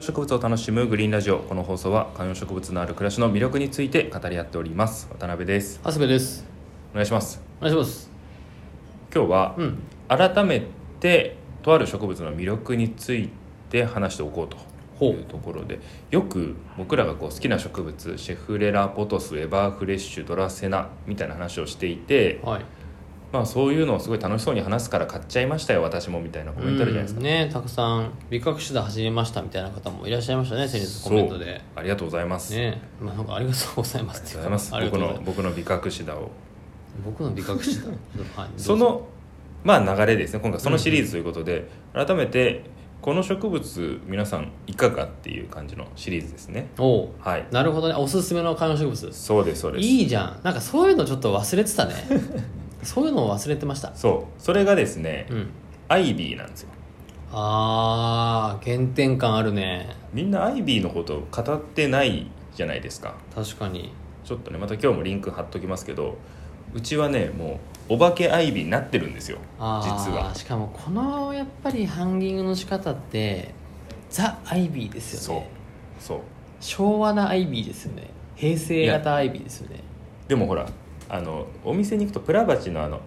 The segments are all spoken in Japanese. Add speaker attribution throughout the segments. Speaker 1: 植物を楽しむグリーンラジオこの放送は観葉植物のある暮らしの魅力について語り合っております渡辺です
Speaker 2: 長谷部です
Speaker 1: お願いします
Speaker 2: お願いします
Speaker 1: 今日は
Speaker 2: うん
Speaker 1: 改めてとある植物の魅力について話しておこうというところでよく僕らがこう好きな植物シェフレラポトスエバーフレッシュドラセナみたいな話をしていて、
Speaker 2: はい
Speaker 1: まあ、そういうのをすごい楽しそうに話すから買っちゃいましたよ私もみたいなコメントあるじゃないですか、
Speaker 2: うんねたくさん美覚手段始めましたみたいな方もいらっしゃいましたね先日コメントで
Speaker 1: そうありがとうございます、
Speaker 2: ねまあなんかありがとうございま
Speaker 1: あり
Speaker 2: す
Speaker 1: がとうございます
Speaker 2: ありがと
Speaker 1: 僕
Speaker 2: うござい
Speaker 1: の
Speaker 2: ます
Speaker 1: 僕の美覚シダを
Speaker 2: 僕の美覚手段はい
Speaker 1: そのまあ流れですね今回そのシリーズということで、改めてこの植物皆さんいかがっていう感じのシリーズですね
Speaker 2: どうぞおう
Speaker 1: はい
Speaker 2: なるほどねおすすめの観葉植物
Speaker 1: そうですそうです
Speaker 2: いいじゃんなんかそういうのちょっと忘れてた ねそういうのを忘れてました
Speaker 1: そうそれがですね、
Speaker 2: うん
Speaker 1: アイビーなんですよ
Speaker 2: あー原点感あるね
Speaker 1: みんなアイビーのこと語ってないじゃないですか
Speaker 2: 確かに
Speaker 1: ちょっとねまた今日もリンク貼っときますけどうちはねもうお化けアイビーになってるんですよ実
Speaker 2: あー
Speaker 1: は
Speaker 2: しかもこのやっぱりハンギングの仕方ってザ・アイビーですよ
Speaker 1: そう
Speaker 2: ね
Speaker 1: そう
Speaker 2: 昭和なアイビーですよね平成型アイビーですよね
Speaker 1: でもほらあのお店に行くとプラバチのあの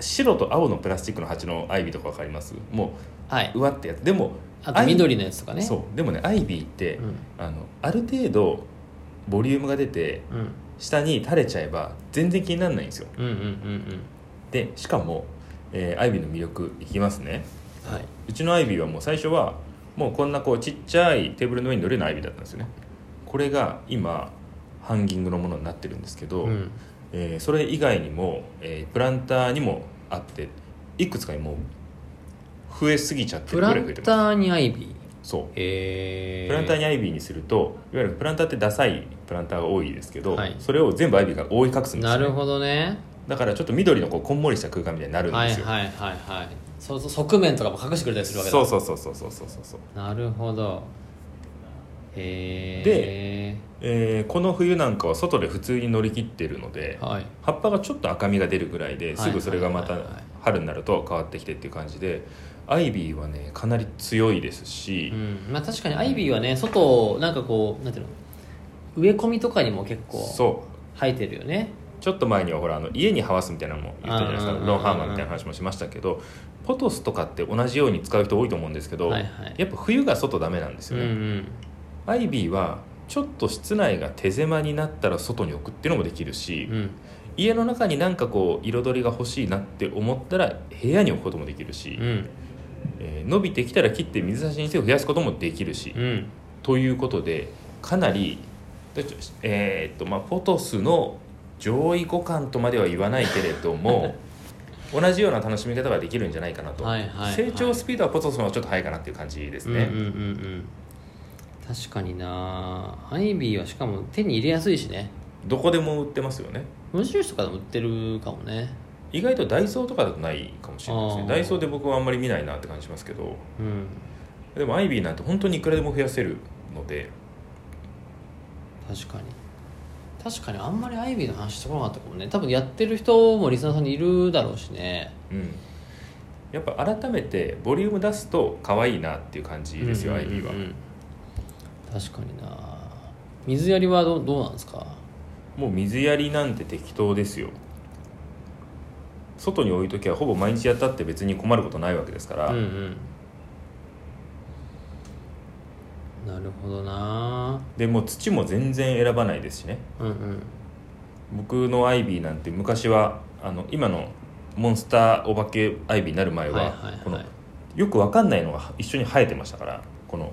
Speaker 1: 白と青のプラスチックの鉢のアイビーとか分かりますもう
Speaker 2: は
Speaker 1: う
Speaker 2: い
Speaker 1: わってやつでも
Speaker 2: あと
Speaker 1: アイ
Speaker 2: 緑のやつとかね
Speaker 1: そうでもねアイビーって、
Speaker 2: うん
Speaker 1: あのある程度ボリュームが出て
Speaker 2: うん、うん
Speaker 1: 下に垂れちゃえば全然気にならないんですよ
Speaker 2: うんうんうん
Speaker 1: でしかも、えーアイビーの魅力いきますね
Speaker 2: うんはいう
Speaker 1: ちのアイビーはもう最初はもうこんなこうちっちゃいテーブルの上に乗れるようなアイビーだったんですよねこれが今ハンギングのものになってるんですけど、
Speaker 2: うん
Speaker 1: えーそれ以外にも、えープランターにもあっていくつかにもう増えすぎちゃって
Speaker 2: プ
Speaker 1: る
Speaker 2: ラ
Speaker 1: ぐらい増
Speaker 2: ン
Speaker 1: えてます
Speaker 2: ターにアイビー
Speaker 1: そう
Speaker 2: えー、
Speaker 1: プランターに
Speaker 2: アイ
Speaker 1: アイビーにするといわゆるプランターってダサいプランターが多いですけど、
Speaker 2: はい
Speaker 1: それを全部アイビーが覆い隠すんですよ、ね、
Speaker 2: なるほどね
Speaker 1: だからちょっと緑のこうこんもりした空間みたいになるん
Speaker 2: はい
Speaker 1: で
Speaker 2: はい
Speaker 1: すよ、
Speaker 2: はいはいそうそう側面とかも隠してくれたりするわけだ
Speaker 1: そうそうそうそうそうそうそう、
Speaker 2: なるほどへえ
Speaker 1: えーこの冬なんかは外で普通に乗り切ってるので
Speaker 2: はい
Speaker 1: 葉っぱがちょっと赤みが出るぐらいですぐそれがま
Speaker 2: は
Speaker 1: た
Speaker 2: いはいはいはい
Speaker 1: 春になると変わってきてっていう感じでアイビーはねかなり強いですし、
Speaker 2: うんまあ、確かにアイビーはね外をなんかこうなんていうの植え込みとかにも結構
Speaker 1: そう
Speaker 2: 生えてるよね
Speaker 1: ちょっと前にはほらあの家にはわすみたいなのも言ったじゃないですか
Speaker 2: うんうんうんうん
Speaker 1: ロンハーマンみたいな話もしましたけどポトスとかって同じように使う人多いと思うんですけど、
Speaker 2: はいはい
Speaker 1: やっぱ冬が外ダメなんです
Speaker 2: うん
Speaker 1: よ
Speaker 2: う
Speaker 1: ね、
Speaker 2: ん
Speaker 1: アイビーはちょっと室内が手狭になったら外に置くっていうのもできるし、
Speaker 2: うん
Speaker 1: 家の中になんかこう彩りが欲しいなって思ったら部屋に置くこともできるし、
Speaker 2: うん
Speaker 1: えー伸びてきたら切って水差しにして増やすこともできるし、
Speaker 2: うん
Speaker 1: ということでかなりでちょえーっとまあポトスの上位互換とまでは言わないけれど も同じような楽しみ方ができるんじゃないかなと、
Speaker 2: はいはいはい
Speaker 1: 成長スピードはポトスの方がちょっと速いかなっていう感じですね、
Speaker 2: うんうんうんうん確かになアイビーはしかも手に入れやすいしね
Speaker 1: どこでも売ってますよね
Speaker 2: 無印とかでも売ってるかもね
Speaker 1: 意外とダイソーとかだとないかもしれないですね
Speaker 2: あー
Speaker 1: ダイソーで僕はあんまり見ないなって感じしますけど
Speaker 2: うん
Speaker 1: でもアイビーなんて本当にいくらでも増やせるので
Speaker 2: 確かに確かにあんまりアイビーの話してこなかったかもね多分やってる人もリスナーさんにいるだろうしね
Speaker 1: うんやっぱ改めてボリューム出すと可愛いなっていう感じですよ、
Speaker 2: うん
Speaker 1: アイビーは
Speaker 2: うんうん確かにな水やりはどうどうなんですか
Speaker 1: もう水やりなんて適当ですよ外に置いときはほぼ毎日やったって別に困ることないわけですから、
Speaker 2: うんうんなるほどな
Speaker 1: でもう土も全然選ばないですしね
Speaker 2: うんうん
Speaker 1: 僕のアイビーなんて昔はあの今のモンスターお化けアイビーになる前は,、
Speaker 2: はいはいはい
Speaker 1: このよくわかんないのが一緒に生えてましたからこの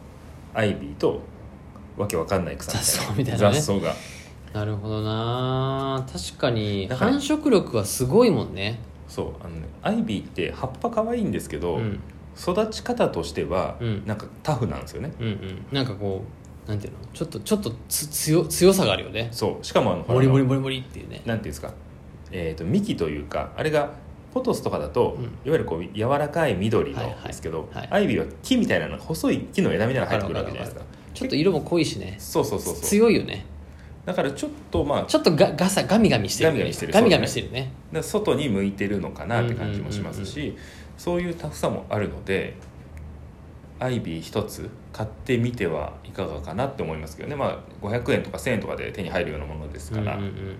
Speaker 1: アイビーとわけわかんない草
Speaker 2: 雑草みたいなね
Speaker 1: 雑草が
Speaker 2: なるほどな確かに
Speaker 1: だから
Speaker 2: 繁殖力はすごいもんね
Speaker 1: そうあの、ね、アイビーって葉っぱ可愛いんですけ
Speaker 2: う
Speaker 1: ど、
Speaker 2: ん
Speaker 1: 育ち方としては
Speaker 2: うん
Speaker 1: なんかタフなんですよね、
Speaker 2: うんうんなんかこうなんていうのちょっとちょっとつ強強さがあるよね
Speaker 1: そうしかもあのほら
Speaker 2: モリモリモリモリっていうね
Speaker 1: なんていうんですか、えー、と幹というかあれがポトスとかだと、
Speaker 2: うん
Speaker 1: いわゆるこう柔らかい緑
Speaker 2: はいは
Speaker 1: の
Speaker 2: い
Speaker 1: ですけど、
Speaker 2: はい
Speaker 1: アイビーは木みたいなの細い木の枝みたいなのが生えてくるわけじゃないですか
Speaker 2: わちょっと色も濃いしね
Speaker 1: そうそうそうそう
Speaker 2: 強いよね
Speaker 1: だからちょっとまあ
Speaker 2: ちょっとガガサガミガミしてるよ
Speaker 1: ガミガ
Speaker 2: ね
Speaker 1: ミしてる
Speaker 2: ガミガミしてるね
Speaker 1: だから外に向いてるのかなって感じもしますし、そういうタフさもあるのでアイビー一つ買ってみてはいかがかなって思いますけどね、まあ、500円とか1000円とかで手に入るようなものですから、
Speaker 2: うんうんうんうん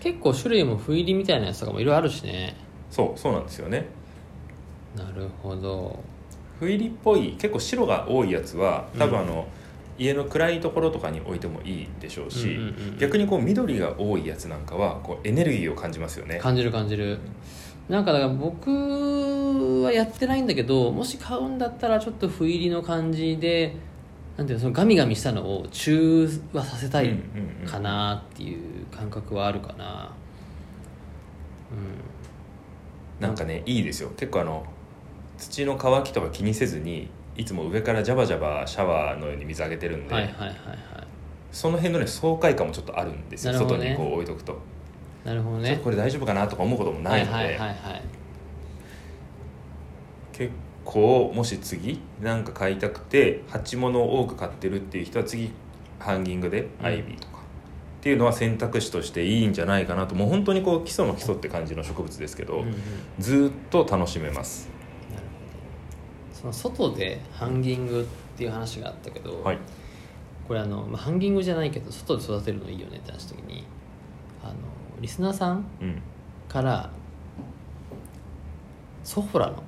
Speaker 2: 結構種類も不入りみたいなやつとかもいろいろあるしね
Speaker 1: そうそうなんですよね
Speaker 2: なるほど
Speaker 1: 不入りっぽい結構白が多いやつは多分
Speaker 2: うん
Speaker 1: あの、家の暗いところとかに置いてもいいでしょうし、
Speaker 2: うんうんうんうん
Speaker 1: 逆にこう緑が多いやつなんかはこうエネルギーを感じますよね
Speaker 2: 感じる感じるなんかだから僕はやってないんだけどもし買うんだったらちょっと不入りの感じでなんていうのそのガミガミしたのを中和させた
Speaker 1: うん
Speaker 2: い
Speaker 1: うんうん
Speaker 2: かなっていう感覚はあるかなうん
Speaker 1: なんかねいいですよ結構あの土の乾きとか気にせずにいつも上からジャバジャバシャワーのように水あげてるんで、
Speaker 2: はいはいはいはい
Speaker 1: その辺のね爽快感もちょっとあるんですよ、
Speaker 2: なるほ
Speaker 1: 外
Speaker 2: どね
Speaker 1: にこう置いとくと、
Speaker 2: なるほど
Speaker 1: ちょっ
Speaker 2: ね
Speaker 1: とこれ大丈夫かなとか思うこともないので、
Speaker 2: はいはいはいはい
Speaker 1: 結構もし次なんか買いたくて鉢物を多く買ってるっていう人は次ハンギングで
Speaker 2: うん
Speaker 1: アイビーとか、っていうのは選択肢としていいんじゃないかなともう本当にこう基礎の基礎って感じの植物ですけど、
Speaker 2: うんうん
Speaker 1: ずーっと楽しめます
Speaker 2: その外でハンギングっていう話があったけど、
Speaker 1: はい
Speaker 2: これあの、まあ、ハンギングじゃないけど外で育てるのいいよねって話した時にあのリスナーさん
Speaker 1: うん
Speaker 2: からソフラの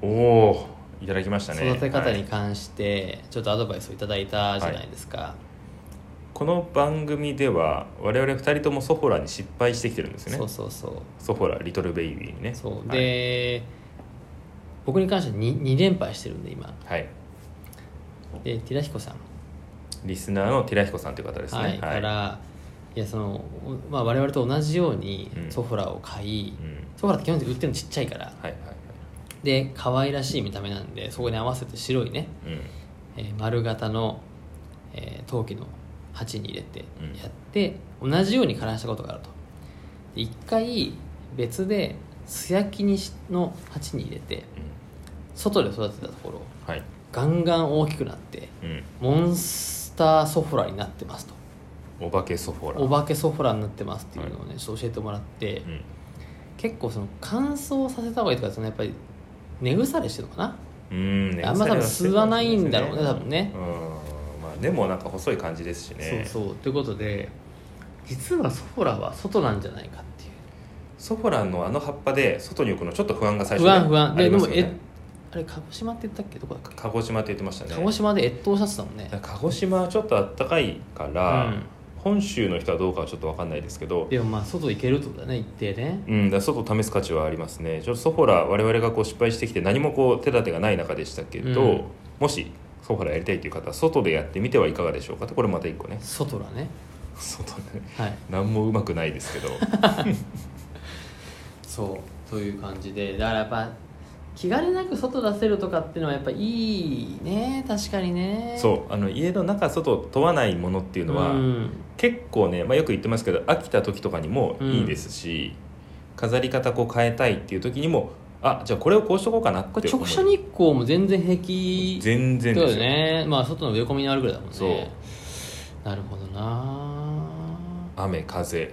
Speaker 1: おおいただきましたね
Speaker 2: 育て方
Speaker 1: はい
Speaker 2: に関してちょっとアドバイスをいただいたじゃないですか、
Speaker 1: この番組では我々2人ともソフォラに失敗してきてるんですよね
Speaker 2: そうそうそう
Speaker 1: ソフォラリトルベイビーにね
Speaker 2: そう
Speaker 1: はい
Speaker 2: で、僕に関しては 2, 2連敗してるんで今
Speaker 1: はい、
Speaker 2: でティラヒコさん
Speaker 1: リスナーの寺彦さんという方ですね
Speaker 2: はい、からいやその、まあ、我々と同じように
Speaker 1: うん
Speaker 2: ソフラを買い、
Speaker 1: うん、
Speaker 2: ソフラって基本的に売ってるのちっちゃいから
Speaker 1: はいはいはい
Speaker 2: で可愛らしい見た目なんでそこに合わせて白いね、
Speaker 1: うん
Speaker 2: えー丸型の、えー陶器の鉢に入れて
Speaker 1: うん
Speaker 2: やって、同じように枯らしたことがあるとで一回別で素焼きにしの鉢に入れて
Speaker 1: う
Speaker 2: 外で育てたところ
Speaker 1: んはい
Speaker 2: ガンガン大きくなって
Speaker 1: うん
Speaker 2: モンスターソフラになってますと
Speaker 1: お化けソフォラ
Speaker 2: お化けソフラになってますっていうのをね、ちょっと教えてもらって、
Speaker 1: うん
Speaker 2: 結構その乾燥させた方がいいとかそのやっぱり根腐れしてるのかな
Speaker 1: うんね
Speaker 2: あんま多分吸わないんだろうね多分ね
Speaker 1: うんまあでもなんか細い感じですしね
Speaker 2: そうそうということで実はソフラは外なんじゃないかっていう
Speaker 1: ソフォラのあの葉っぱで外に置くのちょっと不安が最初
Speaker 2: 不
Speaker 1: ね
Speaker 2: 安不安
Speaker 1: あ
Speaker 2: で
Speaker 1: り
Speaker 2: で
Speaker 1: ま
Speaker 2: も
Speaker 1: すよ
Speaker 2: え
Speaker 1: ね
Speaker 2: あれ鹿児島って言ったっけどこだっけ
Speaker 1: 鹿児島って言ってましたね
Speaker 2: 鹿児島で越冬シャツだもんね
Speaker 1: 鹿児島はちょっと暖かいから、
Speaker 2: うん
Speaker 1: 本州の人はどうかはちょっと分かんないですけど、
Speaker 2: でもまあ外行けるってことだね一定ね
Speaker 1: うん、だから外試す価値はありますねちょっとソフォラ我々がこう失敗してきて何もこう手立てがない中でしたけど、
Speaker 2: うん
Speaker 1: もしソフォラやりたいという方は外でやってみてはいかがでしょうかとこれまた一個ね
Speaker 2: 外だね
Speaker 1: 外ね
Speaker 2: はい
Speaker 1: 何もうまくないです けど
Speaker 2: そうという感じでだからやっぱ気兼ねなく外出せるとかっていうのはやっぱいいね確かにね
Speaker 1: そうあの家の中外を問わないものっていうのは、
Speaker 2: ん
Speaker 1: 結構ね、まあ、よく言ってますけど飽きた時とかにもいいですし、飾り方こう変えたいっていう時にもあじゃあこれをこうしとこうかなって
Speaker 2: これ
Speaker 1: 思う
Speaker 2: 直射日光も全然平気
Speaker 1: 全然
Speaker 2: そう
Speaker 1: で
Speaker 2: だ
Speaker 1: す
Speaker 2: よ
Speaker 1: よ
Speaker 2: ねまあ外の植え込みにあるぐらいだもんね
Speaker 1: そう
Speaker 2: なるほどな
Speaker 1: 雨風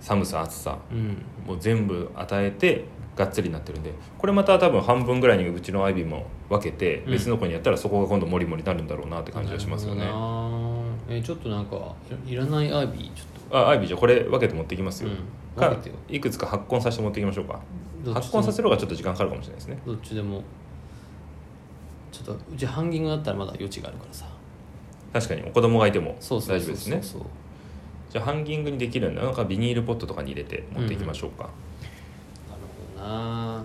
Speaker 1: 寒さ暑さ
Speaker 2: うん
Speaker 1: もう全部与えてがっつりになってるんでこれまた多分半分ぐらいにうちのアイビーも分けて
Speaker 2: うん
Speaker 1: 別の子にやったらそこが今度モリモリになるんだろうなって感じがしますよね、
Speaker 2: なるほどなえちょっとなんかいいらないアイビーちょっ
Speaker 1: あアイビーじゃあこれ分けて持ってきます
Speaker 2: とう
Speaker 1: よ、
Speaker 2: ん分
Speaker 1: か
Speaker 2: けてよ
Speaker 1: いくつか発根させて持っていきましょうか
Speaker 2: どっち
Speaker 1: 発
Speaker 2: でも
Speaker 1: 根させる方がちょっと時間かかるかもしれないですね
Speaker 2: どっちでもちょっとうちハンギングだったらまだ余地があるからさ
Speaker 1: 確かにお子供がいても
Speaker 2: そう
Speaker 1: 大
Speaker 2: そ
Speaker 1: 丈
Speaker 2: う
Speaker 1: 夫
Speaker 2: そう
Speaker 1: です
Speaker 2: そう
Speaker 1: ねじゃあハンギングにできるようななんかビニールポットとかに入れて持っていきましょうか、
Speaker 2: なるほどな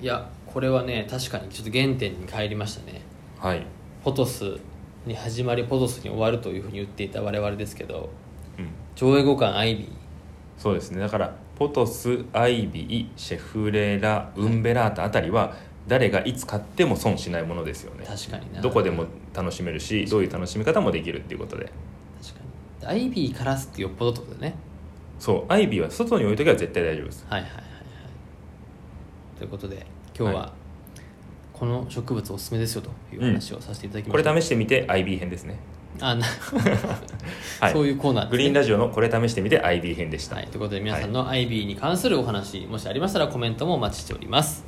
Speaker 2: いやこれはね確かにちょっと原点に帰りましたね
Speaker 1: はい、
Speaker 2: ポトスに始まりポトスに終わるというふうに言っていた我々ですけど
Speaker 1: うん、
Speaker 2: 上映後感アイビー
Speaker 1: そうですねだからポトスアイビーシェフレラウンベラータあたりは誰がいつ買っても損しないものですよね
Speaker 2: 確かにな
Speaker 1: どこでも楽しめるしどういう楽しみ方もできるっていうことで
Speaker 2: 確かにアイビーからすってよっぽどってことだね
Speaker 1: そうアイビーは外に置いときは絶対大丈夫です
Speaker 2: はいはいはいはいということで今日は、
Speaker 1: は
Speaker 2: この植物おすすめですよという話をさせていただきま
Speaker 1: こ
Speaker 2: し
Speaker 1: れ
Speaker 2: た、
Speaker 1: 試してみて IB 編ですね
Speaker 2: あな
Speaker 1: はい
Speaker 2: そういうコーナーです、ね、
Speaker 1: グリーンラジオのこれ試してみて IB 編でした、
Speaker 2: はい、ということで皆さんのアイビーに関するお話、もしありましたらコメントもお待ちしております